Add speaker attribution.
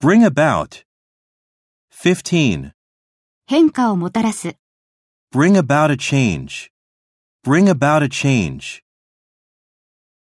Speaker 1: Bring about. 15.
Speaker 2: 変化をもたらす。
Speaker 1: Bring about a change. Bring about a change.